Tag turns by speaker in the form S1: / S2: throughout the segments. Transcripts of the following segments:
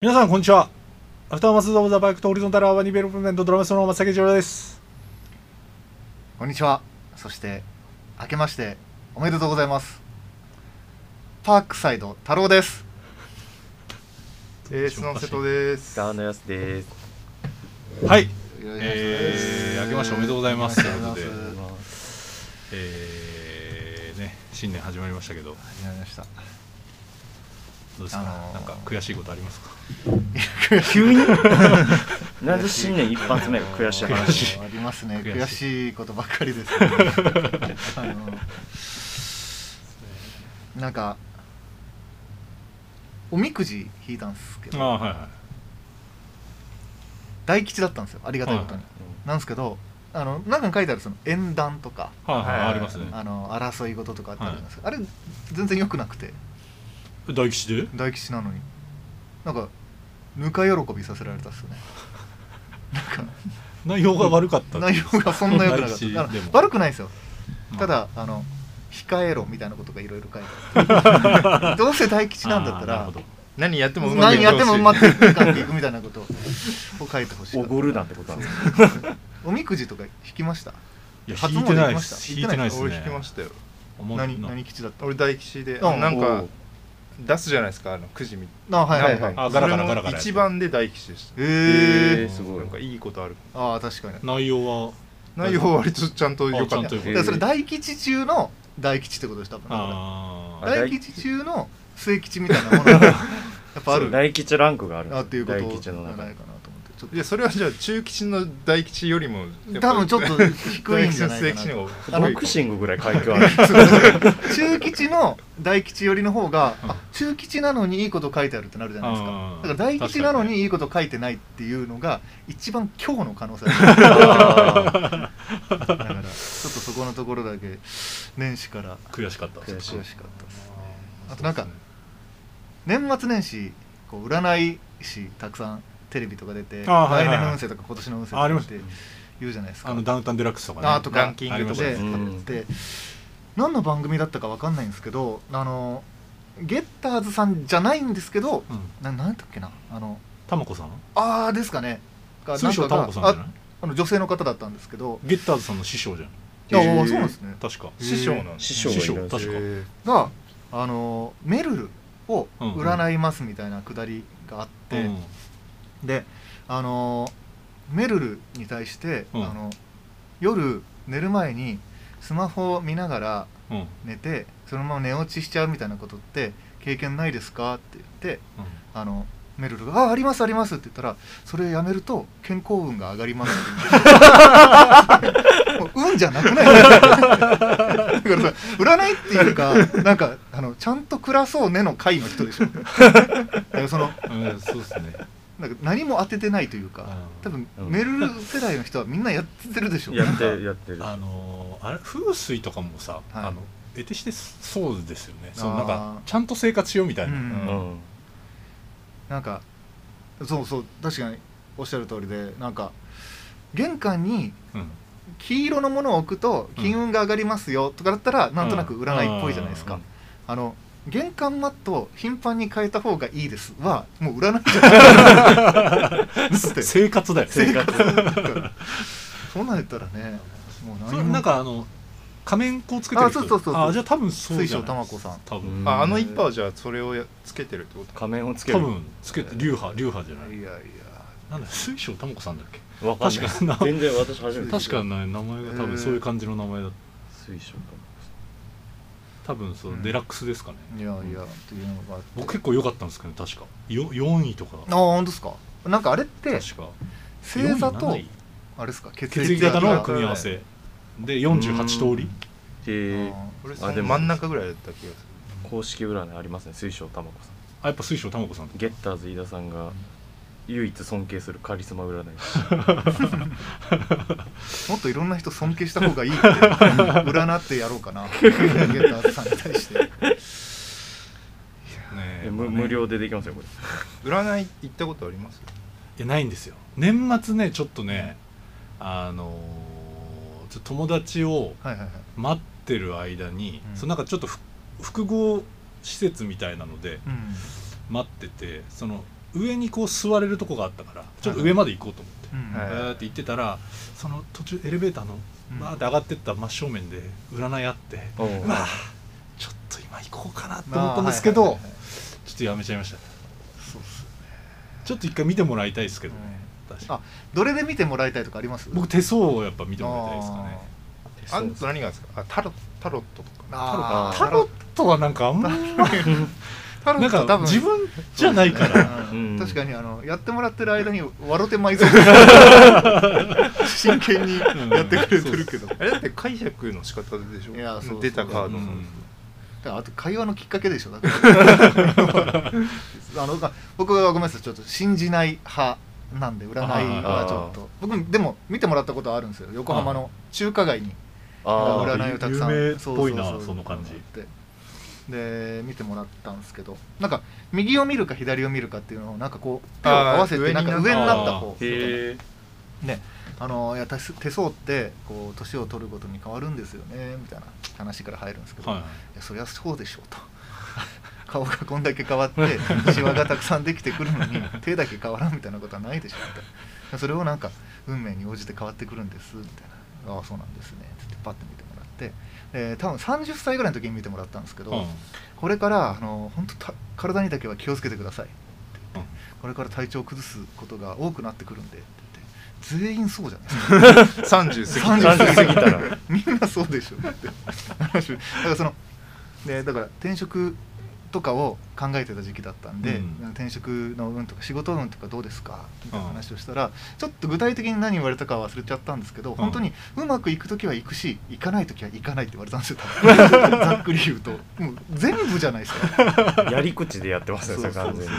S1: 皆さん、こんにちは。アフターマスオブザバイクとオリゾンタルアーバンディベロップメントドラマスの松崎ジ郎です。
S2: こんにちは。そして、明けましておめでとうございます。パークサイド太 郎です。
S3: えー、スノン瀬戸です。
S4: ダーのやすです。
S1: はい。
S2: え
S1: えー明けましておめでとうございます
S2: ありがとうござい
S1: という
S2: ま
S1: えー、ね、新年始まりましたけど、ど
S2: す。始まりました。
S1: うですか、
S2: あのー
S1: なんか悔しいことありますか
S4: 急に なんで新年一発目が悔しい
S1: 悔
S4: 話
S1: しい
S2: ありますね。
S1: 悔しい
S2: 悔しいことばっか りです、ね。あのなんかおみくじ引いたんですけ
S1: あ
S2: ど、
S1: あ、はいは
S2: 大吉だったんですよ。ありがたいことに。
S1: はい
S2: なんですけど、あの中に書いてあるその縁談とか。
S1: い。はいはい、
S3: はい
S1: ありますね。
S2: あの争い事とかってあるんですけど、あれ全然良くなくて
S1: 大吉で
S2: 大吉なのになんかぬか喜びさせられた っすよねなんか
S1: 内容が悪かった。
S2: 内容がそんな良くなかっ
S1: 大吉
S2: たあの
S1: でも
S2: 悪くないですよ
S1: まあ
S2: ただあの控えろみたいなことがいろいろ書いてあ るどうせ大吉なんだった
S1: あーな
S2: ら
S1: るほど
S3: 何やってもうまくい
S2: 何
S3: き
S2: やってもうま
S3: い
S2: くいくみたいなことを書いてほしい
S4: おごるなんてことなんですか
S2: おみくじとか引きました
S1: いや、
S2: 初詣
S1: 引いてないで
S2: 行きました
S1: す。引いてないですね。
S3: 俺引きましたよ。
S1: あんま
S2: 何
S1: な
S2: 何吉だった
S3: 俺大吉で、
S2: うん
S3: なんか
S4: おう
S3: 出すじゃないですか、あのくじみ
S2: あはいはいは
S3: ないん
S2: へ
S3: か
S1: あガラガラガラガラ
S3: それの一番で大吉でし
S2: え
S4: えーす
S3: た。
S4: ごい
S3: なんかいいことある。
S2: ー、ああ確かに
S1: 内容は、
S3: 内容は割とちゃんと良
S1: あち
S3: か
S1: ゃ
S3: っ
S1: ん
S3: た
S1: と。よか
S2: だ
S1: った
S2: からそれ大吉中の大吉ってことでした
S1: ああ、
S4: あ
S2: 大吉中の末吉みたいなものがやっぱあ
S4: そう
S2: る
S4: 大吉ランクがあるんです
S2: な
S4: よ
S2: っていうこと
S4: 大
S2: じ
S4: 吉
S2: ゃ
S4: の
S2: ないか
S4: 中
S2: な
S4: で
S2: と思ってちょっ
S3: いや、それはじゃあ中吉の大吉よりも
S2: と多分ちょっ
S3: と
S2: と低いんじゃない
S3: 大
S2: か
S3: 吉
S2: な
S3: の
S2: あの
S3: 末吉の方が
S4: ボクシングぐらい階級ある
S2: 中吉の大吉寄りの方があ中吉なのにいいこと書いてあるってなるじゃないです
S1: あ
S2: か
S1: ー
S2: だから大吉なの
S1: 確かに
S2: にいいこと書いてないっていうのが一番今日の可能性あ る
S4: あ
S2: だからちょっとそこのところだけ年始から
S1: 悔しかったです。
S4: 悔
S2: 悔
S4: し
S2: し
S4: い
S2: かったですねあとなんか年末年始こう占い師たくさんテレビとか出て
S1: あーはい
S2: 来
S1: はいはい
S2: 年の運勢とか今年の運勢
S1: あありま
S2: とかっ
S1: す
S2: て言うじゃないですか
S1: あの、ダウンタウンデラックスとかね。
S2: あーとか
S3: ランキングとか
S2: で
S4: う
S2: あ
S4: ん
S2: って何の番組だったかわかんないんですけどあのゲッターズさんじゃないんですけど
S1: うん。
S2: ななんだっけなあの
S1: タマコさん
S2: あーですかねが
S1: 通称
S2: なん
S1: タ
S2: か
S1: マ
S2: が
S1: コさんじゃない
S2: ああの女性の方だったんですけど
S1: ゲッターズさんの師匠じゃん。
S2: ああ
S3: へー
S2: そうなんですね
S1: 確か。
S3: 師匠なの。
S4: 師
S1: 師匠
S4: 匠がいるんで
S1: 確
S4: す
S1: か
S4: よ。
S2: があのメルルを
S1: うんうん
S2: 占いますみたいなくだりがあって、
S1: うん
S2: であのメルルに対して、
S1: うん
S2: あの夜寝る前にスマホを見ながら
S1: うんうん
S2: 寝てそのまま寝落ちしちゃうみたいなことって経験ないですかって言ってあのメルルが「あありますあります」って言ったら「それやめると健康運が上が ります」って言ってもう運じゃなくないだからさ占いっていうかなんかあのちゃんと暮らそうねの会の人でしょだからその
S1: うんそうです ね。
S2: なんか何も当ててないというか
S1: うん
S2: 多分
S4: うん
S2: メルル世代の人はみんなやってるでしょ
S4: やってるやってる
S1: あのーあれ風水とかもさ、
S2: はい
S1: あの得てしてそうですよね。そう
S2: あー
S1: なんかちゃんと生活しようみたいな。
S2: う
S4: うんん
S2: なんかそうそう確かにおっしゃる通りでなんか玄関に
S1: うん
S2: 黄色のものを置くと金運が上がりますよとかだったらなんとなく占いっぽいじゃないですか、
S4: うん
S2: あの玄関マットを頻繁に変えた方がいいですはもう占いじゃない だって
S1: 生活だよ。
S2: 生活そんなんやったらねもう
S1: そ
S2: 何
S1: れ
S2: も
S1: なんかあの仮面こうつけてる人。
S2: あそうそうそうそう
S1: あじゃあ多分そうじゃない。
S2: 水晶玉子さん
S1: 多
S4: う
S1: 分
S4: ん
S3: ああの一派はじゃあそれをやつけてるってこと
S4: 仮面をつけ
S1: 多
S4: る
S1: 分つけて流派流派じゃないい。
S2: やいや
S1: なんだ水晶玉子さんだっけ。
S4: わかんない
S1: 確かにな
S4: 全然私初めて
S1: 確かね名前が多分そういう感じの名前だ。
S4: 水晶か
S1: 多分そう、
S2: うん
S1: デラックスですかね。
S2: いやいやっていうのがあって
S1: 僕結構良かったんですけど確かよ4位とか
S2: あ本当ですかなんかあれって
S1: 確か
S2: 星座と
S1: 4位7位
S2: あれですか血
S1: 血
S2: 液
S1: 液型
S2: 型
S1: の
S2: の
S1: 組み合わせで48通り
S4: へえ
S3: 俺
S4: あでも
S3: 真ん中ぐらいだった気がする
S4: 公式占いありますね水晶玉子さん
S1: あやっぱ水晶玉子さん
S4: ゲッターズ飯田さんが唯一尊敬するカリスマ占い師
S2: もっといろんな人尊敬した方がいいって占ってやろうかなゲッターさんに対して
S1: ね
S4: え無
S1: まあね
S4: 無料でできますよこれ
S3: 占い行ったことあります
S1: いやないんですよ年末ねちょっとねあのーちょっと友達を
S2: はいはいはい
S1: 待ってる間に、
S2: うん
S1: そのなんかちょっとふ複合施設みたいなので
S2: うん
S1: 待っててその上にこう座れるとこがあったからちょっと上まで行こうと思って、
S2: うん
S3: はい
S1: えーって行ってたらその途中エレベーターの
S2: うん
S1: バーって上がってった真正面で占いあって、
S4: おう
S1: うわあちょっと今行こうかなと思ったんですけど、
S2: まあはいはいはい
S1: ちょっとやめちゃいました
S2: そうっす
S1: ちょっと一回見てもらいたいですけ
S2: よ
S1: ど、
S2: ね
S1: 確か
S2: あどれで見てもらいたいとかあります
S1: に僕手相をやっぱ見てもらいたいですかね
S3: あんと何がですかあタロタロットとか
S2: あー
S1: タロットはなんかあんま
S2: タロ
S1: な
S2: ッ
S1: ん
S2: トは多
S1: か
S2: 分
S1: 自分じゃないから、
S2: うん
S4: うん
S2: 確かにあのやってもらってる間に笑てまいそう 真剣にやってくれてるけど、
S3: あれだって解釈の仕方でしょ
S2: いやそうそう
S3: 出たカードの、
S1: うん
S2: だからあと会話のきっかけでしょだ ってあのまあ僕はごめんなさいちょっと信じない派なんで占いはちょっと僕でも見てもらったことはあるんですよ横浜の中華街に
S4: あー
S1: 裏
S2: 占いをたくさん
S1: 有名っぽいな
S2: ううう
S1: その感じ
S2: でで見てもらったんですけどなんか右を見るか左を見るかっていうのをなんかこう手を
S3: あー
S2: 合わせて
S3: 上に
S2: な
S3: なん
S2: か
S3: んか
S2: 上になった方
S1: あ
S4: へえ
S2: ねあのいや手す手相ってこう年を取るごとに変わるんですよねみたいな話から入るんですけど、
S1: はい
S2: いやそりゃそうでしょうと 顔がこんだけ変わってシワがたくさんできてくるのに手だけ変わらんみたいなことはないでしょってそれをなんか運命に応じて変わってくるんですみたいな「ああそうなんですね」つってパッて見てもらって、えー多分30歳ぐらいの時に見てもらったんですけど、
S1: うん
S2: これからあの本当体にだけは気をつけてくださいって言って、これから体調を崩すことが多くなってくるんでって言って全員そうじゃないですか
S3: 30過ぎ
S4: 30
S2: 30
S4: 過ぎたら
S2: みんなそうでしょって話だからそのでだから転職とかを考えてた時期だったんで、
S1: うん
S2: 転職の運とか仕事運とかどうですかみたいな話をしたら、ちょっと具体的に何言われたかは忘れちゃったんですけど、
S1: ん
S2: 本当にうまくいく時は行くし行かない時は行かないって言われたんですよ多分ざっくり言うともう全部じゃないですか
S4: やり口でやってますねそれ完全に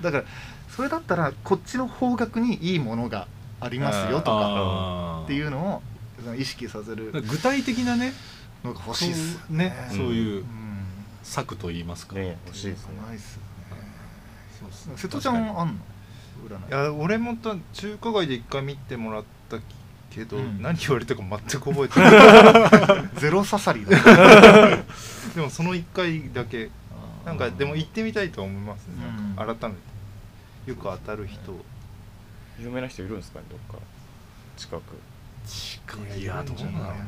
S2: だからそれだったらこっちの方角にいいものがありますよとか
S1: あー
S2: っていうのをその意識させる
S1: だから具体的なね
S2: のが欲しいっすよ
S1: そうねそう
S2: う
S1: いうん策といいますか、
S4: ね欲しいですね
S2: ないっすよ
S1: そうです
S2: ね
S1: ね
S2: 瀬戸ちゃんもあんの占い
S3: いや俺もた中華街で一回見てもらったけど、
S2: うん
S3: 何言われたか全く覚えてない
S2: ゼロ刺さりだ ね
S3: でもその一回だけなんかでも行ってみたいとは思いますね、
S2: うん
S3: なんか改めてよく当たる人
S4: 有名な人いるんですかねどっか近く
S1: 確かにいやどうなんだろうね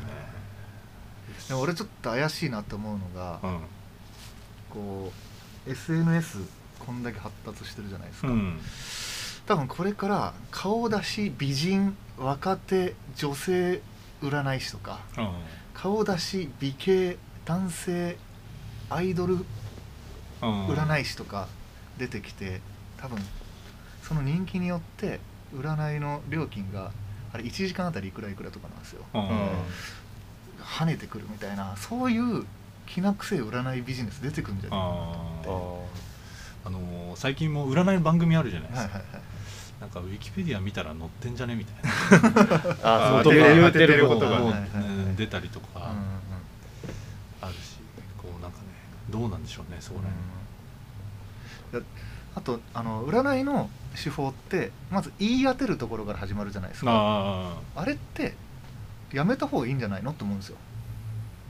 S2: でも俺ちょっと怪しいなと思うのが
S1: うん
S2: こう SNS こんだけ発達してるじゃないですか、
S1: うん
S2: 多分これから顔出し美人若手女性占い師とか
S1: うん
S2: 顔出し美形男性アイドル
S1: うん
S2: 占い師とか出てきて多分その人気によって占いの料金があれ1時間あたりいくらいくらとかなんですよ
S1: うん
S2: 跳ねてくるみたいなそういうきな臭い占いビジネス出てくるんじゃないか
S1: あ
S4: あ
S1: ー
S4: ー
S1: あのー最近も占いの番組あるじゃないです
S2: な
S1: か、
S2: はいはいはい
S1: なんかウィキペディア見たら載ってんじゃねみたいな
S4: あー
S1: 当
S4: そう
S1: て
S4: 言
S1: 当
S4: うて
S3: て
S4: る
S3: る
S4: こ
S3: ことと
S4: が
S3: が
S1: もう
S2: はいはいはい
S1: うん出たりとか
S2: うんうん
S1: あるし、こうなんかねどうなんでしょうねそこら
S2: うんだあとあの占いの手法ってまず言い当てるところから始まるじゃないです
S1: 辺、
S2: か
S1: あ
S2: あれってやめた方がいいんじゃないのと思うんですよ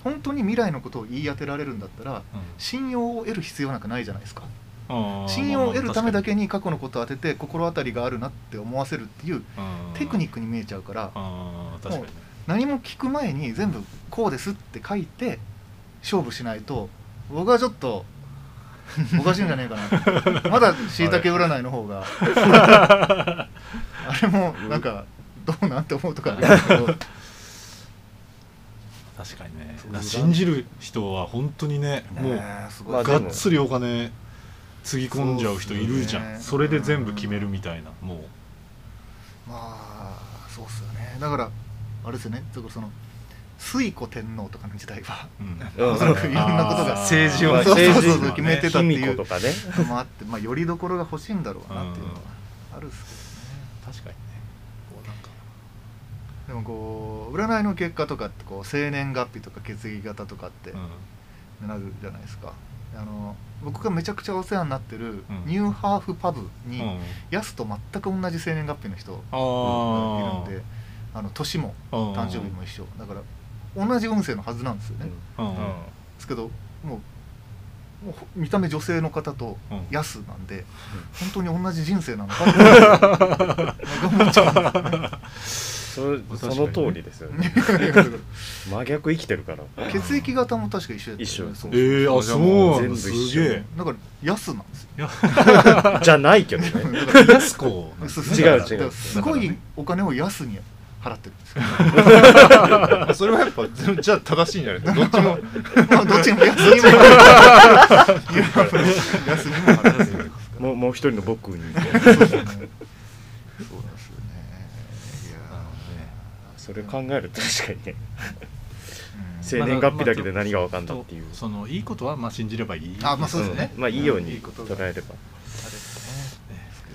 S2: 本当に未来のことを言い当てられるんだったら
S1: あ、
S2: 信用を得る必要なんかないじゃないですか
S1: うんあー
S2: 信用を得るためだけ
S1: ま
S2: に過去のことを当てて心当たりがあるなって思わせるっていう
S1: あまあ確かに
S2: テクニックに見えちゃうから
S1: あー確かにね
S2: 何も聞く前に全部こうですって書いて勝負しないと僕はちょっと おかしいんじゃねえかなまだしいたけ占いの 方があれもなんかどうなんて思うとかあるんです けど
S1: 確かにね
S2: そう
S1: だから信じる人は本当にねもう
S2: ねえす
S4: ま
S2: ご
S4: あ
S2: い
S4: でも
S1: がっつりお金つぎ込んじゃう人いるじゃんそ,、
S2: そうっすよね
S1: れで全部決めるみたいなもう
S2: まあそうっすよねだからあれですよねだからその推古天皇とかの時代 は
S1: うん
S4: うん
S2: おそらくいろんなことが
S1: あー
S3: 政治
S4: は
S2: そうそうそう
S4: 政治
S2: 決めてたって
S4: 卑
S2: い
S4: 弥呼
S2: う
S4: とかね
S2: のもあってまあよりどころが欲しいんだろうなっていうのはあるっすけど
S1: 確かにねこうなんか
S2: でもこう占いの結果とかってこう生年月日とか血液型とかって
S1: うん
S2: なるじゃないですか、あの僕がめちゃくちゃお世話になって
S1: う
S2: る
S1: ん
S2: ニューハーフパブに、
S1: うん
S2: ヤスと全く同じ生年月日の人
S1: あ
S2: が
S1: ー
S2: いるんであの年も
S1: うん
S2: 誕生日も一緒だから同じ運勢のはずなんですよね、
S4: うん
S1: うん
S3: うん
S1: うん
S2: ですけどもうもうほ見た目女性の方と
S1: うん
S2: 安なんで、本当に同じ人生なの かって 思っちゃうんですよね
S4: それ
S1: 確かに
S4: その通りですよね真逆生きてるから
S2: 血液型も確か一緒やったよね
S4: 一緒
S2: そう
S1: えー、あ
S4: じゃ
S1: そ
S4: あ
S1: う
S4: もう
S1: なんだす
S4: 全部一緒
S1: げえ
S2: だから安なんですよ
S1: いや
S4: じゃないけどね
S2: だから
S1: やす こなんですね
S4: 違う違
S1: だ
S4: う
S1: から
S2: だからすごいお金を安に払ってるんです よ
S3: あそれはやっぱじゃあ正しいんじゃないですかどっちも
S2: まあどっちにも安にも払ってるいや安にも払ってる
S4: もうもう一人の僕に
S2: そうですよね。そうなんですよね。いや
S1: なるほどね
S4: それ考えると確かに
S2: ー、
S4: ね生年月日だけで何が分かんだっていう
S1: まあそのいいことはまあ信じればいい
S2: あまあそうですね
S4: んまあいいよう
S2: い
S4: に
S2: いことが
S4: 捉えれば
S2: あれですね。ですけ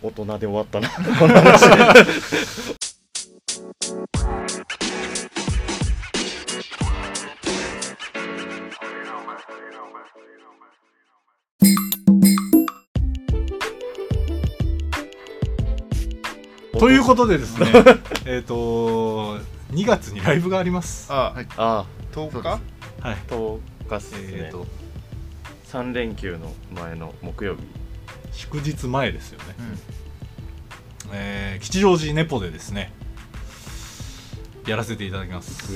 S2: ど
S4: 大人で終わったなこの話
S1: ということでですねえっと2月にライブがあります
S3: あ、
S2: はい
S4: ああ
S3: 10日
S1: はい
S4: 10日っすね、
S1: えっと
S4: 3連休の前の木曜日
S1: 祝日前ですよね
S2: うん
S1: えー吉祥寺ネポでですねやらせていただきます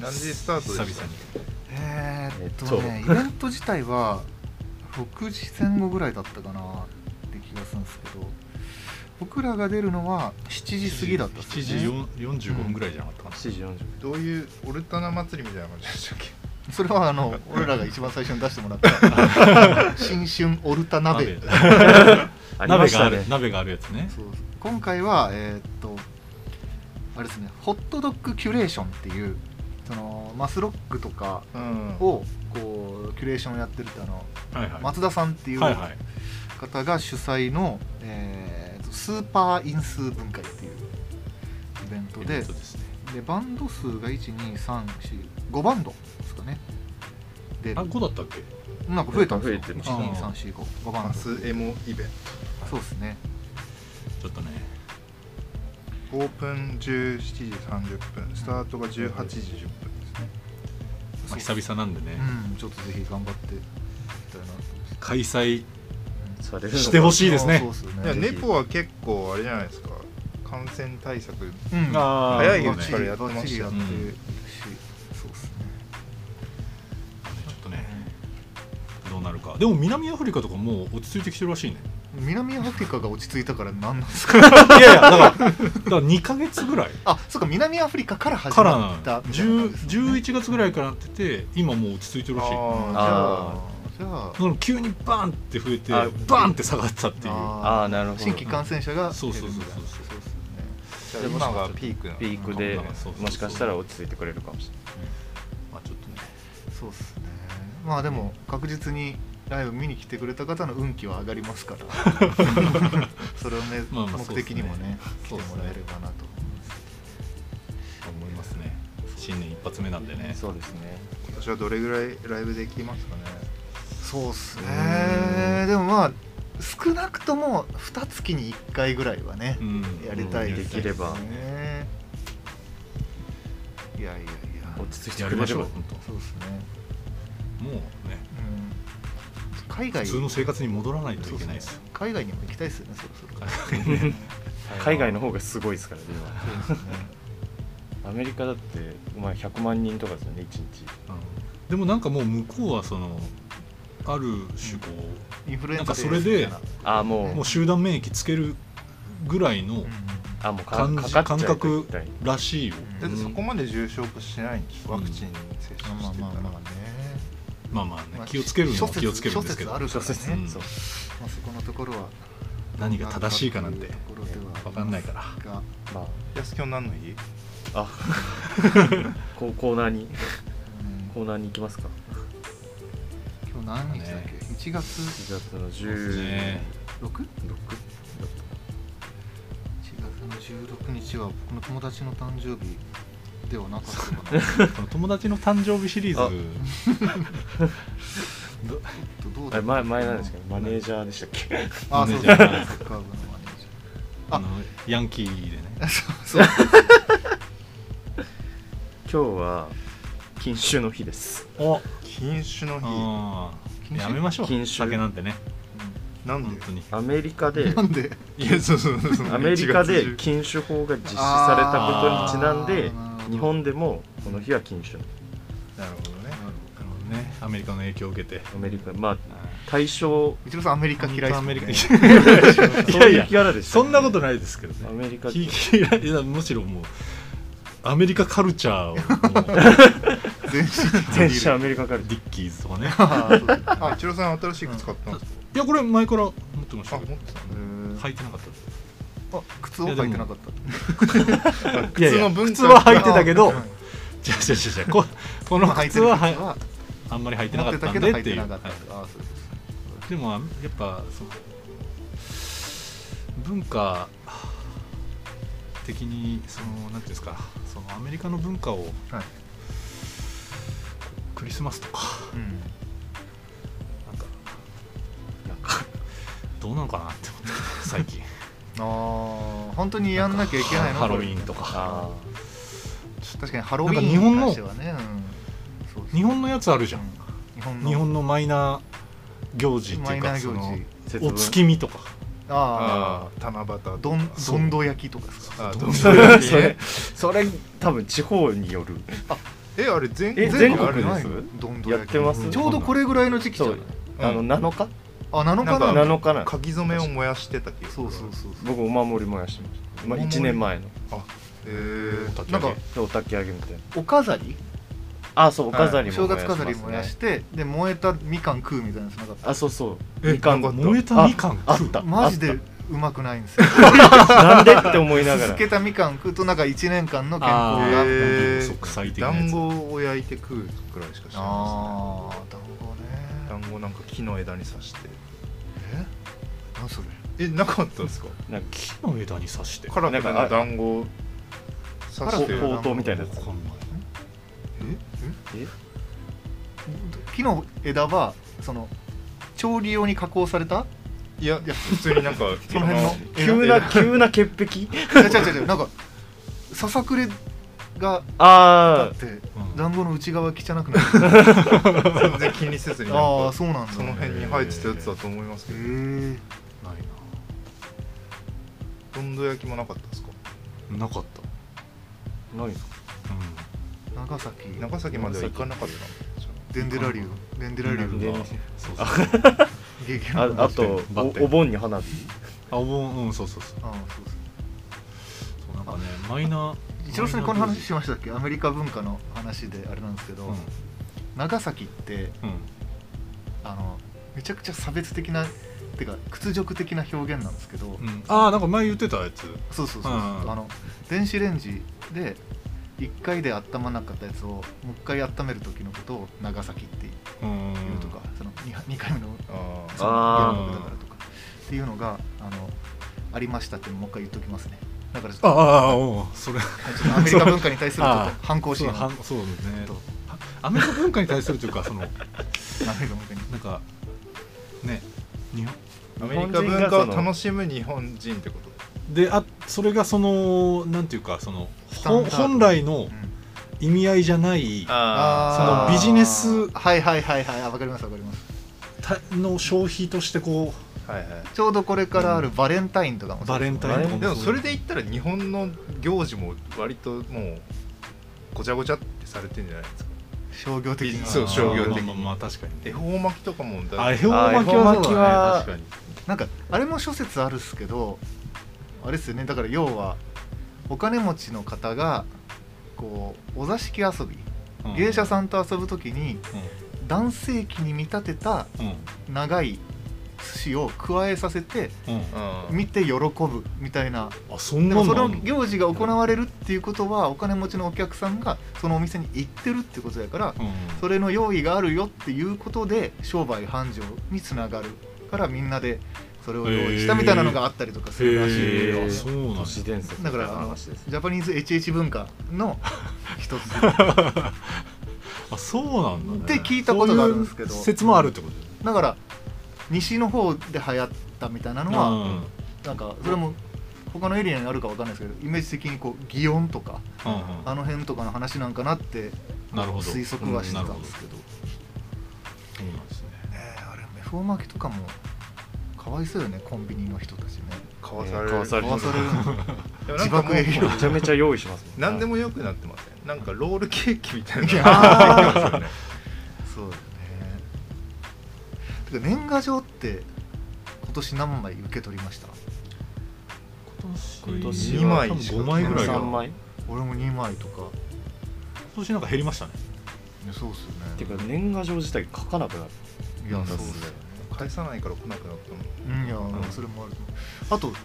S3: 何時スタート
S1: 久々
S3: で
S1: に
S3: した
S2: えー、っとね、イベント自体は6時前後ぐらいだったかなって気がするんですけど、僕らが出るのは7時過ぎだったっす
S1: 7時
S2: よね。
S1: 4 45分ぐらいじゃなかったかな
S4: 7時40分
S3: どういうオルタナ祭りみたいな感じでしたっけ
S2: それはあの俺らが一番最初に出しても らった新春オルタ鍋。
S4: ありま
S1: 鍋
S4: し
S1: があ
S4: た
S1: る
S4: ね
S1: 鍋があるやつね
S2: そう今回はえーっとあれですね、ホットドッグキュレーションっていうそのマスロックとか
S3: うん
S2: をこうキュレーションやってるってあの
S1: はいはい
S2: 松田さんっていう
S1: はいはい
S2: 方が主催の、えースーパー因数分解っていうイベント
S1: え
S2: で
S1: っとですね
S2: でバンド数が12345バンドですかねで
S1: あ5だったっけ
S2: なんか増えたん
S4: 増え
S2: です
S4: て
S2: よ
S4: ます
S2: 12345バン
S3: マ
S2: ド
S3: スエモイベン
S2: そうですね
S1: ちょっとね
S3: トオープン17時30分スタートが18時10分ですね
S1: まあ久々なんでね
S2: うんちょっとぜひ頑張ってみたいな
S1: 開催
S4: されるのか
S1: してほしいですね
S2: そうっすよ
S3: いや
S2: ね
S3: ネポは結構あれじゃないですか感染対策
S2: うん
S1: あー
S3: 早いよ
S2: バッ
S3: ね
S2: チ
S3: から
S2: リ
S3: やって
S2: バ
S3: ましたよ
S2: ッチリやってるし
S1: うん
S2: そうっすね
S1: ちょっとねどうなるかでも南アフリカとかもう落ち着いてきてるらしいね
S2: 南アフリカが落ち着いたから何なんですか
S1: いやいやだからだから2か月 ぐらい
S2: あそうか南アフリカから始
S1: から
S2: ま
S1: な
S2: った
S1: の
S2: みたいな感じですね
S1: 10 11月ぐらいからなってて今もう落ち着いてるらしい
S3: あー
S2: あーじゃあ
S1: その急にバーンって増えてバ
S4: あ
S1: ーンって下がったっていう
S4: あ
S2: あ
S4: あなるほ
S2: ー
S4: ど
S2: 新規感染者が
S1: そうそうそうそう
S2: 減るみたいなそうですね
S3: じゃあ今がピークなの
S4: ピークで
S1: そうそうそう
S4: もしかしたら落ち着いてくれるかもし
S1: まあちょっとね
S2: そうですねまあでも確実にライブ見に来てくれた方の運気は上がりますからそれをね
S1: まあまあ
S2: 目的にもね
S1: そ
S2: 来
S1: うで
S2: て
S1: すね
S2: もらえればなと
S1: 思いますね新年一発目なんで
S4: れな
S1: ね
S4: いそうですね
S3: 今年はどれぐらいライブできますかね
S2: そうです
S4: う
S2: ねでもまあ少なくとも2月に1回ぐらいはね
S1: うん
S2: やりたいですね
S4: できれば
S2: ねいやいやいや
S4: 落ち着いて
S1: や
S4: く
S1: りま
S4: れれ
S1: しょう
S4: ば
S1: 本
S2: そうですね
S1: 当もうね
S2: うん海外
S1: 普通の生活に戻らないといけないですよ
S2: 海外にも行きたいですよねそろそろ
S4: 海外の方がすごいですからね今
S2: そうですね
S4: アメリカだってまあ100万人とかですよね1日
S1: うんでもなんかもう向こうはそのある種こ
S2: インフルエンザ
S1: なんかそれで
S2: みたいな
S4: ああも
S1: う
S4: う
S1: もう集団免疫つけるぐらいの
S2: うん
S4: あもうか
S1: 感じ
S4: かかっ
S1: 感
S4: ちゃうと
S1: 覚
S4: 一体
S1: らしいよ
S2: うん
S3: だってそこまで重症化してないんでしょ
S1: うん
S3: ワクチン接種
S2: ま
S3: し
S2: あ
S3: てた
S2: まあまあ
S3: ら
S2: まあね
S1: まあまあね
S2: まあ
S1: 気をつけるの
S2: 諸
S1: は
S2: 説
S1: 気をつけるんですけど
S2: 諸説あるからね
S1: うん
S4: そう
S2: まあそこのところは
S1: 何が正しいかなんて
S2: ところでは
S1: 分かんないから
S2: が
S4: まあ
S3: 安京何の日
S4: あ こうコーナーに
S2: うん
S4: コーナーに行きますか
S2: 今日何日だっ
S1: ね
S2: け1月
S4: 1月の
S1: ね
S2: 6?1 月の16日は僕の友達の誕生日ではなかったかなちょっ
S1: その友達の誕生日シリーズど
S2: とどうだった
S4: 16前前なんですけどマネージャーでしたっけ
S2: あ
S1: マネー
S2: そう
S1: ジ
S2: そ
S1: ャ
S2: う
S1: ー
S2: サッカー部のマネージあ
S1: あのヤンキーでね
S2: ャーそうそう
S4: 今日は禁酒の日です
S1: お
S3: 禁酒の日
S1: うんやめましょう
S4: 禁酒
S1: 酒なんてね
S3: なん
S1: 本
S3: で
S1: 当に
S4: アメリカで
S2: なんで
S1: いやそうそうそう
S4: アメリカ
S3: 1
S4: で
S3: 月
S4: 禁酒法が実施されたことにちなんで
S2: あー
S4: 日本でもこの日は禁酒の日
S3: なるほどね
S1: なるほどねアメリカの影響を受けて
S4: アメリカまあ対象
S2: みちろさんアメリカ嫌い
S1: 本
S2: で
S1: 当
S2: す
S1: ア
S2: もん
S1: メリカ
S2: ね
S4: そ う
S1: やい
S4: い
S1: や
S4: うキャラでした
S1: そ
S4: ね
S1: んなことないですけどね
S4: アメリカ
S1: 聞き嫌いいやむしろもうアメリカカルチャーをもう
S2: 全身
S4: 全社アメリカから
S1: ディッキーズとか ね
S2: あーそうです
S3: あ一郎さん新しい靴買ったんですか
S1: いやこれ前から持ってまし
S3: あ
S1: たけど
S3: 持ってた
S2: へー
S1: 履いてなかったです
S2: あ靴を履いてなかった
S1: いやいや
S3: 靴の文化
S1: 靴は履いてたけど
S2: あーはい
S1: じゃあじゃあじゃあじゃあここの
S2: 今履いて
S1: 靴
S2: る
S1: は
S2: 靴
S1: は
S2: は
S1: あんまり履いてな
S2: 持
S1: か
S2: っ
S1: ってた
S2: た
S1: ん
S2: け
S1: で
S2: ど
S1: っ
S2: 履い
S1: て
S2: て
S1: いう
S2: なかった
S1: はい
S2: ああそうです
S1: でもやっぱその文化的にそのなんていうんですかそのアメリカの文化を
S2: はい
S1: クリスマスとか
S2: うん
S1: なんかどうなのかなって思って最 近
S2: ああ本当にやんなきゃいけないの
S1: ハロウィーンとか
S4: あ
S2: 確かにハロウィー
S1: な
S2: ン
S1: んか日本の
S2: に関してはねうんそうです
S1: 日本のやつあるじゃん
S2: 日本の
S1: 日本のマイナー行事って
S2: マ
S1: い
S2: イ
S1: う
S2: ナ
S1: か
S2: ー
S1: そ
S2: 行
S1: の
S2: 事
S4: ー節
S1: お
S4: 分
S1: 月見とか
S2: あ
S3: ああ七夕とか
S2: あどんどんど焼きとかですか
S3: あ
S1: どん
S3: ど
S1: ど
S3: ん
S1: ん
S3: ど
S1: 焼
S3: ん
S1: き
S3: 焼き
S4: それそれ多分地方による
S3: えあれ全
S4: え
S3: 全
S4: 全
S3: 国ある
S4: 国
S3: の
S4: で
S2: ない
S4: す
S2: のどんど
S4: や
S2: 焼
S4: っ
S2: き
S4: てます
S2: ちょうどこれぐらいの時期じゃない
S4: そうあの
S3: うん
S4: 7日
S2: あ7日な
S3: なんんか
S2: だ
S4: 7日なん
S3: 書き初めを燃やしてた記憶
S2: そうそうそう
S4: 僕お守り燃やしてました、まあ、
S3: お守り
S4: 1年前の
S3: あへえ
S1: お焚き上
S2: な
S1: げ
S2: んか
S4: お焚き上げみたいな
S2: お飾り
S4: あそうお飾りも
S2: 正
S4: 燃
S2: 月
S4: やします、ね
S2: 飾り燃やしてで燃えたみかん食うみたいなやつなかった
S4: あそうそう
S1: え
S4: みかん
S1: なんか燃えたみかん
S4: ああ
S1: 食
S4: っ
S1: う
S4: た
S2: マジ
S4: あ
S2: で
S4: っ
S2: うまくないんですよ
S4: た なんでって思いなが
S2: 続
S4: ら
S2: けたみかん食うとなんか1年間の健
S1: あー
S2: 康が
S1: へー
S3: 国
S1: 国際
S3: 際
S1: 的
S3: 的
S1: なやつ
S3: 団子を焼いて食うくらいしか知らな
S2: ああ団子
S3: いですね
S2: ね
S3: 団子なんか木の枝に刺して
S2: え何それ
S3: えなかったんですか
S4: なんかき
S1: 木の枝に刺して
S3: カラフルな団子を刺
S2: カラ
S3: し
S2: フ
S3: て
S2: ル
S4: ほうとうみたいなやつ
S1: わかんない
S4: え
S2: 木の枝はその調理用に加工され た
S3: いやいや普通になんか
S2: その辺の
S4: 急 な急な潔癖
S2: 違う違う違うなんかささくれがだ
S4: あ
S2: っ
S4: あ
S2: て
S1: うん
S2: 団子の内側汚くなる
S3: 全然気にせずになん
S2: ああ
S3: か
S2: そうなんだ
S3: その辺に入ってたやつだと思いますけど
S2: へ
S1: ない
S3: どんど焼きもなかったですか
S1: ななかった
S4: 何ですか
S1: う
S2: え長崎
S3: 長崎までは行かなかったのじゃ
S2: デンデラリウデンデラリウ
S1: ん
S4: で
S1: な
S2: が
S1: んかそうそうそう
S2: ゲゲの
S4: ああと
S1: バッテン
S4: おお盆に花火
S1: あお盆うんそうそうそう
S2: ああそうそう
S1: そうなんかねマイナー
S2: 一郎さんにこの
S1: マイナ
S2: 話
S1: ー
S2: しましたっけアメリカ文化の話であれなんですけど、長崎って
S1: うんうん
S2: あのめちゃくちゃ差別的なてか屈辱的な表現なんですけど、
S1: うんああなんか前言ってたやつ
S2: そうそうそうそう、
S1: うん
S2: あの電子レンジで1回で温まらなかったやつをもう1回温める時のことを長崎って
S1: うん
S2: 言うとか、その 2, 回目の
S3: あ
S2: そ
S3: あ
S2: の
S4: あ
S1: ー
S2: 原爆だからとかっていうのがあのありましたってもう一回言っときますねだからちょっ
S1: あ
S2: と
S1: ああうんそれ
S2: ちょっとアメリカ文化に対するちょっ
S1: あ
S2: と反抗
S1: そ
S2: 心
S1: う
S2: をア
S1: は
S2: メ
S1: んそうだね
S2: と
S1: はアメリカ文化に対するというかその
S2: リカ文化に
S1: なんかね日本
S3: アメリカ文化を楽しむ日本人ってこと
S1: であそれがそのなんていうかその
S2: スタ
S1: ほん
S2: ンダード
S1: 本来の
S2: うん
S1: 意味合いじゃない
S2: あ
S1: そ
S2: ー
S1: のビジネス
S2: はいはいはいはいあわかりますわかります
S1: たの消費としてこ
S3: あはいは
S2: ちょうどこれからあるバレンタインとかも
S1: うバレンタインとか
S3: い
S1: も
S3: でもそうれで言ったら日本の行事も割ともうごちゃごちゃってされてんじゃないですか
S2: 商業的に
S1: あー
S3: そう商業的に
S1: まあまあまあ確かにね
S3: 恵方巻きとかもだ
S1: あ
S3: い
S1: 恵
S3: ぶ
S1: 方巻き
S4: あ恵
S1: は
S4: 方巻
S1: そ
S4: き
S1: う
S4: は
S1: だね確かに
S2: なんかあれも諸説あるっすけどあれっすよねだから要はお金持ちの方がこうお座敷遊び
S1: うん
S2: 芸者さんと遊ぶ時に男性器に見立てた
S1: うん
S2: 長い寿司を加えさせて
S1: うんうん
S3: うん
S2: 見て喜ぶみたいな
S1: あそん
S2: で
S1: な
S2: も
S1: の
S2: そ
S1: あ
S2: の
S1: んの
S2: 行事が行われるっていうことはお金持ちのお客さんがそのお店に行ってるってことやから
S1: うん
S2: それの用意があるよっていうことで商売繁盛につながるからみんなでそれを用意したみたいなのがあったりとかするらしい
S1: へー
S4: え
S1: あそうなんだ
S4: 都市伝説
S2: だから
S4: 話です
S2: ジャパニーズ HH 文化の一つ
S1: あそうなんだね
S2: って聞いたことがあるんですけど
S1: そういう説もあるってこと
S2: だから西の方で流行ったみたいなの
S1: だよ
S2: は
S1: ね
S2: なんかそれも他のエリアにあるかわかんないですけどイメージ的にこう祇園とか
S1: うんうん
S2: あの辺とかの話なんかなって
S1: なるほど
S2: 推測はしてた
S1: うんなる
S2: ん
S1: ほ
S2: で
S1: ど
S2: すけど,、
S1: そうなんですね
S2: えーあれ恵方巻きとかもかわいそうよねコンビニの人たちね
S3: 買わされる
S4: 買わされる
S2: 買わされるの
S3: でもなん
S2: 自
S3: かも
S2: 爆
S3: う
S2: 営業
S4: めちゃめちゃ用意しますもんね
S3: 何でも良くなってませんなんかロールケーキみたいなの
S2: いや
S3: が出てきますよね
S2: そうだよねてか年賀状って今年何枚受け取りました
S1: 今
S4: 今
S1: 年
S4: 年
S1: は
S3: は
S1: 多分
S3: しか
S1: 5枚ぐらいが
S4: 3
S1: 今
S4: 枚っ
S2: 俺も2枚とか
S1: 年なんか減りましたね
S2: いやそうっすよね
S4: ていうか年賀状自体書かなくなる
S2: いやそうっすよ
S3: 返さないから来なくなった
S2: うんいや、
S1: ん
S2: それもあると思う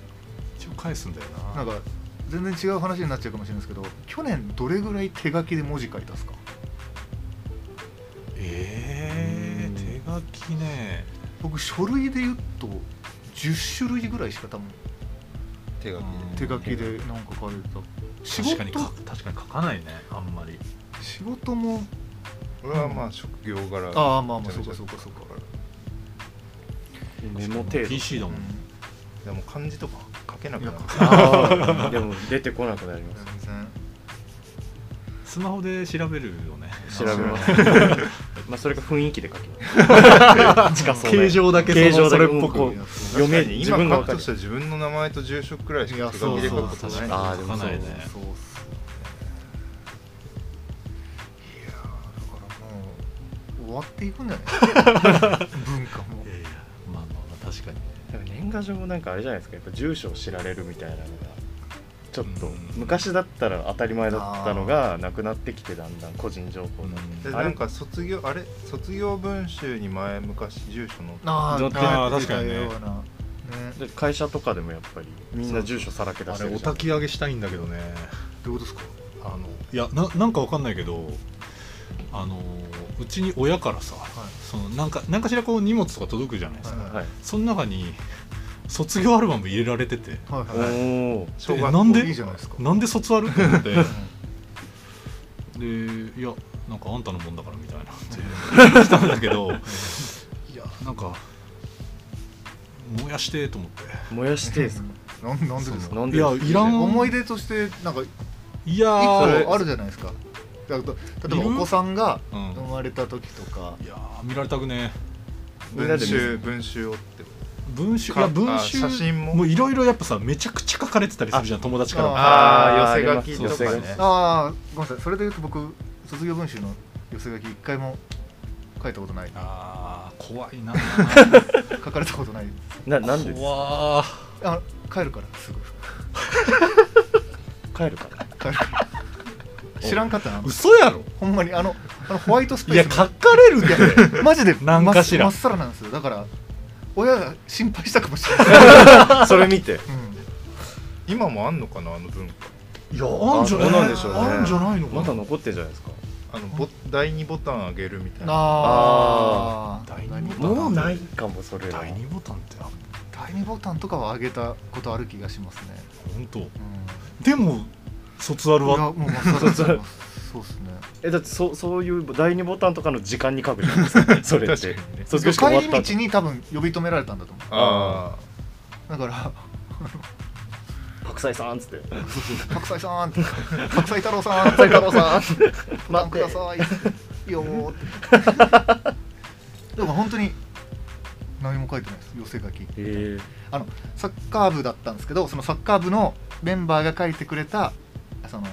S1: 一応返すんだよ
S2: あ
S1: な
S2: となんか全然違う話になっちゃうかもしれないですけど去年どれぐらい手書きで文字書いたっすか
S1: ええ手書きね
S2: 僕書類で言うと10種類ぐらいしか多分
S3: 手書き
S2: 手
S3: で
S2: 書きでなんか書いた仕
S1: 確かに
S2: 事
S1: か確かに書かないねあんまり
S2: 仕事も
S3: 俺はまあ職業柄
S2: ああまあまあそうかそうかそうか、
S4: メモ程
S1: PC だもん
S2: う
S3: でも漢字とか書けな
S2: ん、
S3: く
S2: い
S3: な
S2: や
S3: る
S4: 度でも出てこなくなり ます
S2: 全然
S1: スマホで調べるよね
S4: 調べます まあそれが雰囲気で書 きます近そうな
S1: 形状だけ
S4: 形
S1: その
S4: 状だ
S1: そ
S4: け
S1: れっぽ
S4: こ
S1: く
S4: う読めに自
S3: 今
S4: 分が
S3: カ
S4: 分か
S3: ット
S4: る
S3: した自分の名前と住所くらいし
S2: いや
S3: か手書きで書くこ
S1: そ
S3: と
S1: う
S3: な
S1: 確
S3: いい
S1: か
S4: あ
S1: に
S4: ーでも
S1: 書かないね
S2: そうっす
S3: やだからも
S2: 終わっていくんじゃない文化も
S1: いやいやまあまあまあ確かに
S4: でも年賀状もなんかあれじゃないですかやっぱ住所を知られるみたいなのがちょっと
S1: うん
S4: 昔だったら当たり前だったのがなくなってきてだんだん個人情報だ
S3: うで
S4: あれ
S3: なんか卒業あれ卒業文集に前昔住所の
S2: あ
S4: だって
S2: あ
S1: 確かにね
S2: ようなね
S4: で会社とかでもやっぱりみんな住所さらけ出
S1: あ
S4: して
S1: れ
S4: る
S1: お
S4: じゃん
S1: 焚き上げしたいんだけどね
S2: どういうことですか
S1: あのいやななんかわかんないけどあのうちに親からさ、そのなんかなんかしらこう荷物とか届くじゃないですか、
S2: はい
S4: はい
S1: その中に卒業アルバム入れられてて
S2: はい
S4: お
S2: はい
S4: ー
S3: 小
S1: え
S3: 学校
S1: なんで
S2: いいじゃないですか
S1: なんで卒アルって思ってで
S2: う
S1: いやなんかあんたのもんだからみたいなってしたんだけどいやなんか燃やしてと思って
S4: 燃やしてですか
S2: んなんなんでです
S1: そ
S2: か
S1: の
S4: なん
S1: い
S4: で
S1: やいらん
S2: 思い出としてなんか一
S1: いやー
S2: 個あるじゃないですかだから例えば
S1: い
S2: お
S1: る
S2: 子さんが
S1: うん
S2: 生まれた時とか
S1: いやー見られたくねえ
S4: みんな
S3: 文
S4: で見
S3: 集
S4: る
S3: 文集をってこ
S1: 文集い
S3: か
S1: や文集
S3: あ写真も
S1: ういろいろやっぱさめちゃくちゃ書かれてたりするじゃん友達からも
S3: と
S2: あ
S4: あー
S3: あー寄せ書きとか
S4: 寄せ
S3: ね
S2: ああごめんなさいそれで言うと僕卒業文集の寄せ書き一回も書いたことない
S1: あー怖いな
S2: 書かれたことない
S4: ななんでですか
S1: 怖ー
S2: あ帰るからすぐ
S4: 帰るから
S2: 帰るから知らんかったな
S1: 嘘やろ
S2: ほんまにあのあのホワイトスペ
S1: いや
S2: ー
S1: 書
S2: ス
S1: かれるって
S2: いやマジで
S1: なんかしら
S2: まっさらなんですよだから親が心配したかもしれない、
S4: それ見て
S3: 今もあんのかなあの文化
S1: いやあんじゃない
S4: あどうなんでしょうね
S1: あんじゃないのかな
S4: まだ残ってるじゃないですか
S3: あのボ第二ボタンあげるみたいな
S2: あ
S4: あ
S2: あ
S1: 第二ボタン
S4: もうないかもそれは
S1: 第二ボタンってあ
S2: 第二ボタンとかは上げたことある気がしますね、
S1: 本当
S2: う
S1: でも卒アル
S2: ん、い
S1: は
S2: やもうまっさらですよそうですね
S4: えだってそそういう第二ボタンとかの時間に書くじゃないですかそれって
S3: 確かにね
S4: 卒業式終わ
S2: 帰
S4: った
S2: り
S4: 後
S2: 道に多分呼び止められたんだと思
S3: あ
S2: うだから
S4: 白菜さんっつって
S2: 「白菜さん」白菜太郎さん」白菜太郎さん「ご覧ください」いいよーってでも本当に何も書いてないです寄せ書き
S4: え
S2: あのサッカー部だったんですけどそのサッカー部のメンバーが書いてくれたその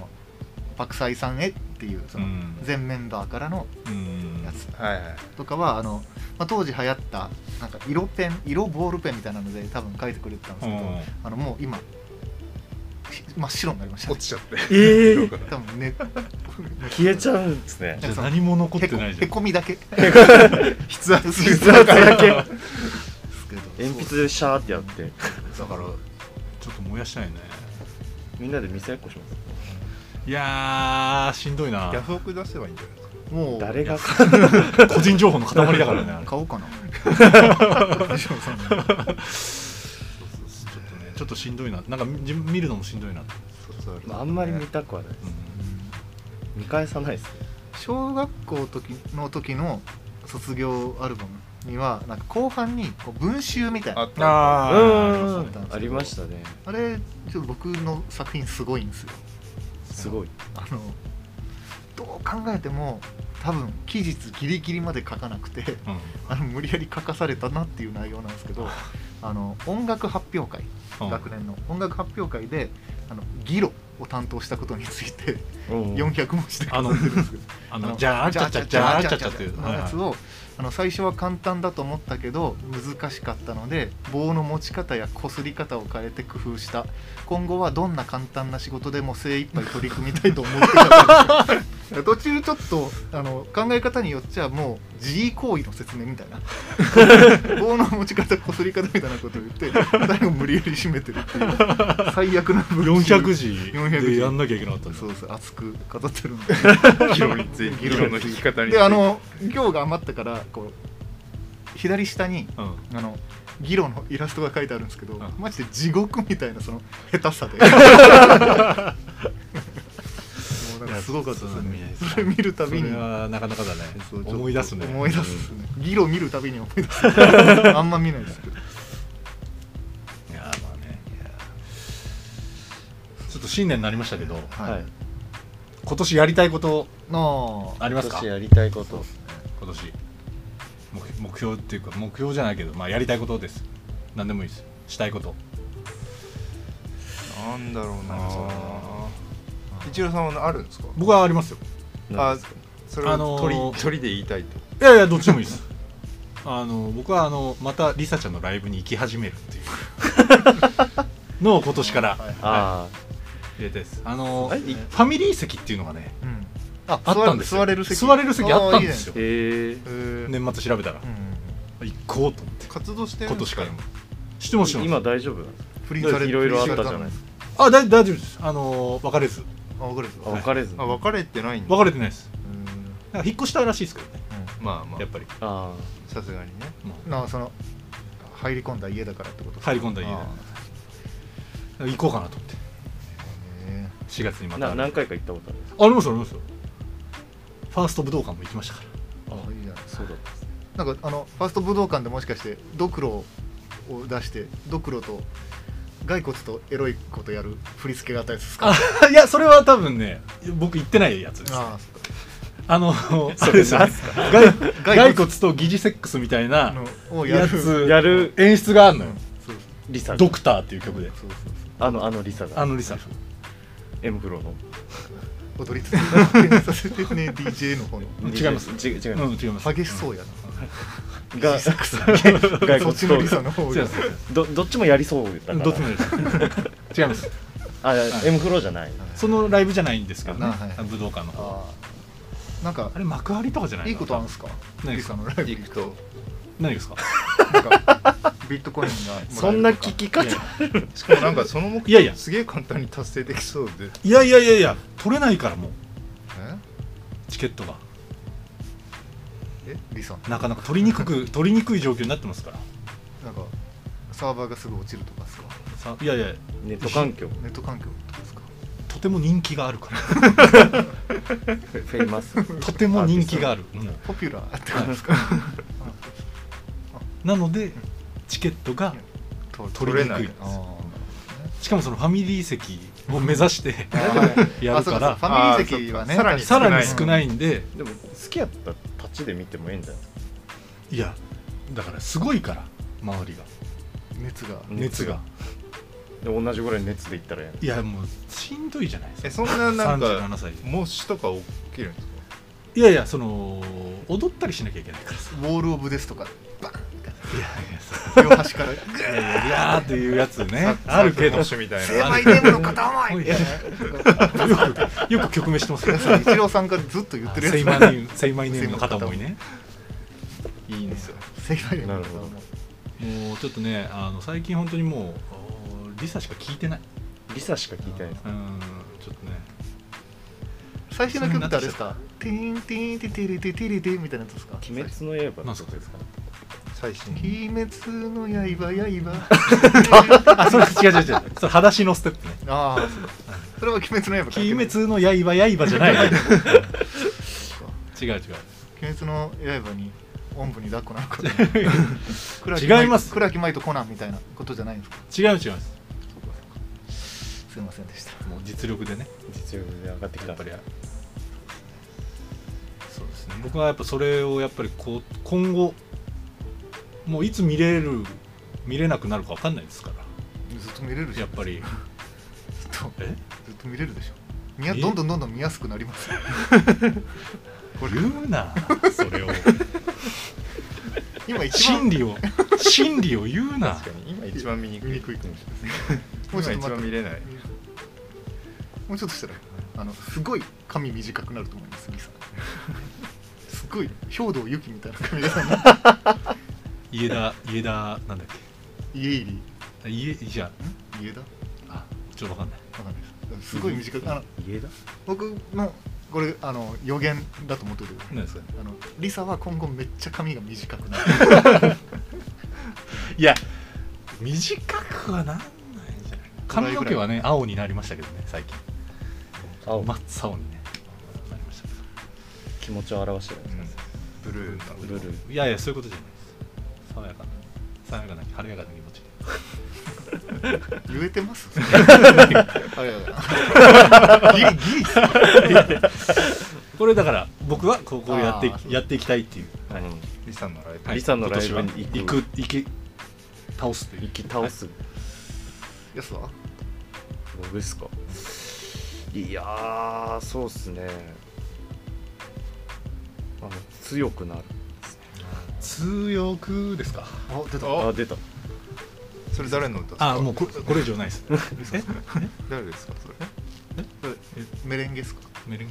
S2: 白菜さんへっていうその
S1: うん
S2: 全メンバーからの
S1: うん
S2: やつ
S3: あはいはい
S2: とかはあの、まあ、当時流行ったなんか色ペン色ボールペンみたいなので多分書いてくれてたんですけど、
S1: うん
S2: あのもう今ひ真っ白になりました、
S3: 落
S2: ね、
S3: ちちゃって
S4: えー
S2: 多分ね
S4: 消えちゃうんですね
S1: じゃあ何も残っ
S2: へ
S1: て
S2: こ
S1: ないじ
S2: へ
S1: ゃん
S2: こみだけ筆圧
S4: 筆圧だけ
S2: で すけど
S4: 鉛筆でシャーってやって
S1: だからちょっと燃やしたいね
S4: みんなで店やっこします
S1: いやーしんどいな
S3: ヤフオク出せばいいんじゃないですか
S2: もう
S4: 誰 が
S1: 個人情報の塊だからねあれ
S2: 買おうかな西野さんの
S1: ちょっとねちょっとしんどいななんか自分見るのもしんどいな
S3: 卒アル
S4: まああんまり見たくはないです見返さないですね
S2: 小学校時の時の卒業アルバムにはなんか後半にこう文集みたい
S3: あ
S2: な
S3: ったあ
S2: あ
S4: うー
S2: ったんですけ
S4: ん
S2: ど
S4: ありましたね
S2: あれちょっと僕の作品すごいんですよ
S4: すごい
S2: あのどう考えても多分期日ギリギリまで書かなくて
S1: うん
S2: あの無理やり書かされたなっていう内容なんですけどあの音楽発表会
S1: うん
S2: 学年の音楽発表会であのギロを担当したことについて
S4: うん
S2: 400文字で語ってるんですけど
S1: あのじゃあちゃちゃちゃちゃちゃっていう
S2: のやつをあの最初は簡単だと思ったけど難しかったので棒の持ち方やこすり方を変えて工夫した今後はどんな簡単な仕事でも精一杯取り組みたいと思ってたんですよ途中ちょっとあの考え方によっちゃもう自為行為の説明みたいな棒の持ち方こすり方みたいなことを言って最後無理やり締めてるっていう最悪な文集
S1: 400字でやんなきゃいけなかったんだ
S2: そうそう熱く語ってるんで
S3: 議論について議論の引き方に
S2: で
S3: ついて
S2: あの行が余ったからこう左下に
S1: うん
S2: あのギロのイラストが書いてあるんですけど、
S1: ん
S2: マジで地獄みたいなその下手 さでもうなんかすごかったです
S1: い
S2: ね
S1: や
S2: それ見るたびに
S1: それはなかなかだね
S2: そうちょっと
S1: 思い出すね
S2: 思い出すですね、ギロ見るたびに思い 出すあんま見ないですけど
S1: うんいやまあねちょっと新年になりましたけど
S4: はい
S1: 今年やりたいこと
S2: の
S1: ありますか
S4: 私やりたいこと
S1: 今年目目標っていうか目標じゃないけど、まあ、やりたいことです何でもいいですしたいこと
S3: なんだろう
S1: な
S3: な
S1: んかそうだ
S3: 一郎さんはあるんですか
S1: 僕はありますよ
S3: あそれ
S1: あの
S3: を
S1: ー
S3: 鳥鳥で言いたいと
S1: いやいやどっちでもいいですあの僕はあのまたリサちゃんのライブに行き始めるっていうのを今年から
S2: はい
S4: あ
S1: 入れたいですあの
S4: あ
S1: フ
S4: れい
S1: ァミリー席っていうのがね
S2: うんあ
S1: あったんですよ
S2: 座れる席
S1: 座れる席あったんですよ
S4: へえ
S2: へ
S1: 年末調べたら
S2: うんうん
S1: 行こうと思って
S3: 活動してる
S1: 今
S3: んで
S1: 年
S3: す
S1: から
S3: ね
S1: も知ってます知ってま
S4: 今大丈夫なんです
S2: 不倫され
S4: かいろいろあったじゃないです
S2: か
S4: か
S1: すあだ大丈夫ですあの別れず
S2: あ分かるです
S4: あ別れず
S3: あ別れてないんだ
S1: 別れてないです
S3: うん
S1: なんか引っ越したらしいですけどね
S3: まあま
S1: やっ
S3: あ
S1: ぱり
S4: あ
S3: さすがにね
S1: もう
S2: なあその入り込んだ家だからってことですか
S1: 入り込んだ家
S3: あ
S1: で行こうかなと思って
S2: ね
S1: 4月に
S4: あ
S1: また
S4: な
S1: ある
S4: 何回か行ったことあるんです
S1: ありますありますよファースト武道館も行きましたから
S2: あいいじゃない
S4: そうだったんですね
S2: なんかあのファースト武道館でもしかしてドクロを出してドクロと骸骨とエロいことやる振り付けがあったやつですか
S1: あいやそれは多分ね僕行ってないやつです
S2: あ
S1: あ
S2: あそ っ
S1: の
S4: そ
S1: あれ
S4: れ
S1: ですよ
S4: なん
S1: ね
S4: す
S1: 骸骸骨と疑似セックスみたいな
S2: かのをやる
S1: やつ
S4: やる
S1: 演出がある
S2: う
S1: のよ
S2: んそう
S1: 「
S4: リサ
S1: ドクター」っていう曲で
S2: そうそうそ
S4: あのあのリサが
S1: あのリサ
S4: M フローの
S2: う踊りつつ発 見させてね DJ の方の
S1: 違います
S4: 違違い
S1: うん
S4: ま
S1: 違います
S2: 激しそうや
S4: すが
S2: 自な、 そ
S4: 外
S2: っ
S4: 国
S2: ちのリ
S4: と
S2: サの方
S1: 違い
S2: が
S1: ます
S4: どどっちもやりそうだから
S1: どっちもやります違います
S4: あ M フローじゃない
S1: そのライブじゃないんですけどね
S2: あはいはい
S1: 武道館の方
S2: ああなんか
S1: あれ幕張とかじゃないの
S2: いいことあるんですか
S1: 何
S2: リ
S1: です
S2: サ
S1: か
S2: のライブ
S3: 行くと
S1: 何ですか
S2: なんかビットコインがもらえるとか
S4: そんな聞き方
S3: しかもなんかその目標
S1: いやいや
S3: すげえ簡単に達成できそうで
S1: いやいやいやいや取れないからもう
S2: え
S1: チケットが
S2: えリサ
S1: なかなか取りにくく取りにくい状況になってますから
S2: なんかサーバーがすぐ落ちるとかですか
S1: さいやいや
S4: ネット環 境
S2: ネット環境とかですか
S1: とても人気がある から
S4: フェフェイマス
S1: とても人気があるもう
S2: ポピュラーってことですか
S1: なのでチケットが
S2: と
S1: 取りにくい
S3: 取れない
S2: あー
S1: しかもそのファミリー席を目指して
S2: あー
S1: やるか
S2: あそうフ
S1: ら
S2: ァミリー席はね
S3: あーそっか
S1: さらに
S2: 少ない
S1: 少ないんで
S4: でも好きやったら立ちで見てもええんじゃない
S1: いやだからすごいから周りが
S2: 熱が
S1: 熱が
S4: で同じぐらい熱でいったらえ
S1: いやもうしんどいじゃないで
S3: え
S1: すか
S3: そんななんか
S1: 37歳
S3: 模試とか起きるんですか
S1: いやいやその踊ったりしなきゃいけないからさ
S2: ウォール・オブ・ですとかバン
S1: いや
S2: 両端 からグ
S1: いやいやいやーっていうやつね
S3: さ
S1: あるけど
S3: 模
S1: よ
S3: 試みたい
S1: え
S3: な
S2: 狭いゲームの片思い
S1: いやくよく曲名してますね
S2: イチローさんがずっと言ってるやつ
S1: セイマイネームセイマイネームの片思いね
S3: いいんですよ
S2: セイマイネームの片思い
S4: なる
S1: もうちょっとねあの最近本当にもうあーリサしか聞いてない
S4: やんリサしか聞いてないです
S1: うんちょっとね
S2: 最新の曲ってあれですかティーンティーンティティリティティリティみたいなやつですか
S4: 鬼滅の刃の曲ですか
S3: 最新
S2: 鬼滅の刃刃
S1: あそれ違う違う違うそれ裸足のステップね
S2: ああそうかそれは鬼滅の刃関係ない
S1: 鬼滅の刃刃じゃない違う違う
S2: 鬼滅の刃におんぶに抱っこな のか
S1: 違います
S2: 倉木舞とコナンみたいなことじゃないんですか
S1: 違う違うんです
S2: すいませんでした
S1: もう実力でね
S4: 実力で上がってきた
S1: やっぱりそうですね僕はやっぱそれをやっぱりこう今後もういつ見れる見れなくなるかわかんないですか
S2: ずっと見れるで
S1: ら
S2: しょ
S1: やっぱり
S2: ずっと
S1: え
S2: ずっと見れるでしょ見や
S1: 見
S2: どんどんどんどん見やすくなりますよこれ
S1: 言うなそれを
S2: 今一
S1: 真
S2: 番
S1: 理 を真理を言うな
S4: 確かに今一番見にくい
S2: 見にくい
S4: かもしれない
S2: もうちょ
S3: 今
S2: っ
S3: 一
S2: と
S3: 番
S2: 待
S3: 見
S2: って
S3: れない
S2: もうちょっとしたらあのすごい髪短くなると思いますミ サすごい兵道由紀みたいな髪型になる
S1: 家田家田なんだっ
S2: 家入り
S1: け家じゃ
S2: 家だわ
S1: あちょっとわかんない
S2: かんないですすごい短くあの
S4: 家だ
S2: 僕のこれあの予言だと思ってる
S1: 何ですか
S2: あのリサは今後めっちゃ髪が短 くなる
S1: いや短くはなんないんじゃない髪の毛はね青になりましたけどね最近
S4: 青
S1: 真っ青にねなりましたけど
S4: 気持ちを表してる
S3: ブルーな
S4: ブルー
S1: いやいやそういうことじゃないです爽やかな爽やかな晴れやかな気持ちで
S2: 言えてます あれやだギリギリっすね
S1: これだから僕はこうこうやってい
S2: あー
S1: やっていきたいっていう、
S3: リサのライブ、
S1: はい
S4: リサのライブに
S1: 今年は
S4: 行く
S1: 行く行き倒すという
S4: 息倒す
S2: やすは
S4: 僕ですかいやーそうっすねあの強くなる
S1: 強くですか
S2: あ出た
S3: あ
S4: あ 出た
S3: それ誰の歌ですか
S1: あもうこれこれ以上ないです え
S3: 誰ですかそれ
S2: メレンゲっすか
S1: メレン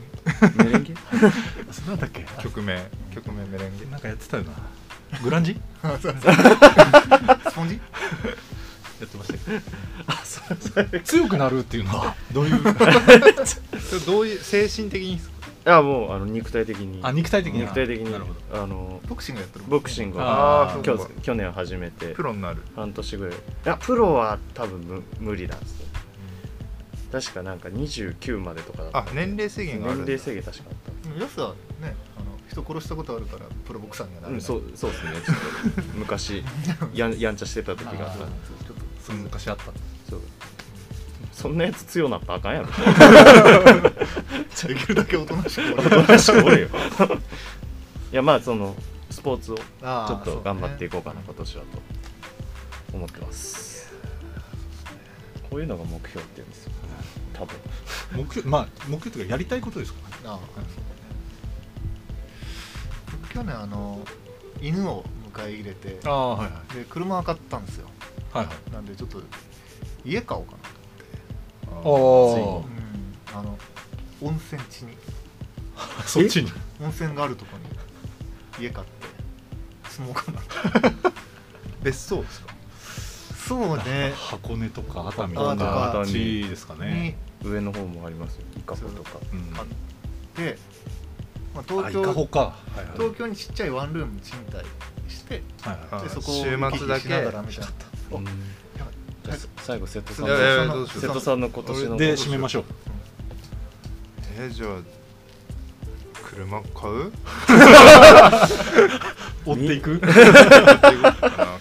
S1: ゲ
S4: メレンゲ
S1: あそれなんだっけ
S3: 曲名曲名メレンゲ
S1: なんかやってたよなグランジや
S2: スポンジ
S1: ってましたけ
S4: あそうそうい
S1: ど強くなるっていうのはどういう
S3: それどういう精神的に
S4: やもうあの肉体的に
S1: あ肉体的に
S4: 肉体的に
S1: なるほど
S4: あの
S2: ボクシングやってるもんね
S4: ボクシング
S1: あー
S4: は
S1: そう
S3: か
S4: 去去年始めて
S3: プロになる
S4: 半年ぐらいいやプロは多分無無理なんですよ確かなんか29までとかだった
S3: あ年齢制限がある
S4: 年
S3: んだ
S4: 齢制限確かあっ
S2: でもやすはねあの人殺したことあるからプロボクサーには
S4: た
S2: なれ
S4: う
S2: なんい
S4: そうそうですねちょっと昔やんやんちゃしてた時があった
S1: あー
S2: ちょっと
S1: その昔あった
S4: そうそんなやつ強なったらあかんやろ
S2: できるだけおとなしく
S4: おとなしくおれよいやまあそのスポーツをち
S2: あー
S4: ょっと頑張っていこうかな
S2: そうね
S4: 今年はと思ってますこういうのが目標って言うんですよ多分
S1: 目標まあ目標というかやりたいことですからね
S2: ああそうね僕去年あの犬を迎え入れてで
S1: ああはいはい
S2: 車を買ったんですよ
S1: はいはい
S2: なんでちょっと家買おうかなと
S3: あ
S1: お
S2: 思って、あの温泉地に
S1: そっちに
S2: 温泉があるとこに家買って住もうかな
S3: 別荘ですか
S2: そうね
S1: 箱根とか熱海と
S2: あと
S1: か
S2: か
S1: あっちですか
S2: に
S1: ね
S4: 上の方もありますよイカホとか
S1: うん
S2: 買って、まあ、
S1: あ
S2: 東
S1: いかほ
S2: 京
S1: かはいはい
S2: 東京にちっちゃいワンルーム賃貸して
S1: はいは
S3: あ
S1: い
S2: でそこを
S3: 週末だけ
S2: 行き来しながらみたいな
S4: うん
S2: やばい
S4: じゃあ最後瀬戸さん
S3: いやいや
S4: の
S3: いやどうしよう
S4: 瀬戸さんの今年の
S1: で締めましょう
S3: えじゃあ車 買う
S1: 追っていく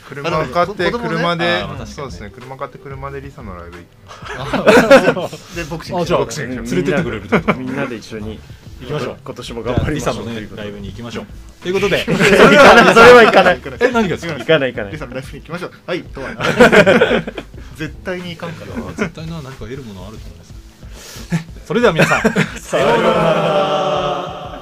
S3: 車買って
S2: 子供ね
S3: 車で
S1: あーまあ確かにね
S3: そうですね車買って車でリサのライブ行く
S2: でボクシン
S1: あ
S2: グ
S1: じゃあ
S2: ボ
S1: 連
S2: クシング
S1: れてってくれるってこと
S4: みんなで一緒に
S1: 行きましょう
S4: 今年も
S1: じ
S4: 頑
S1: ゃあ
S4: 張り
S1: リ
S4: ましょ
S1: サ
S4: う
S1: のね
S4: というこ
S1: ラ
S4: とで
S1: イブに行きましょうということで
S4: それはいかない
S1: え何がです か
S4: 行かない行かな い
S2: リサのライフに行きましょうはいとは 絶対に行かんから
S1: 絶対な何か得るものあると思いますそれでは皆さん
S4: さようなら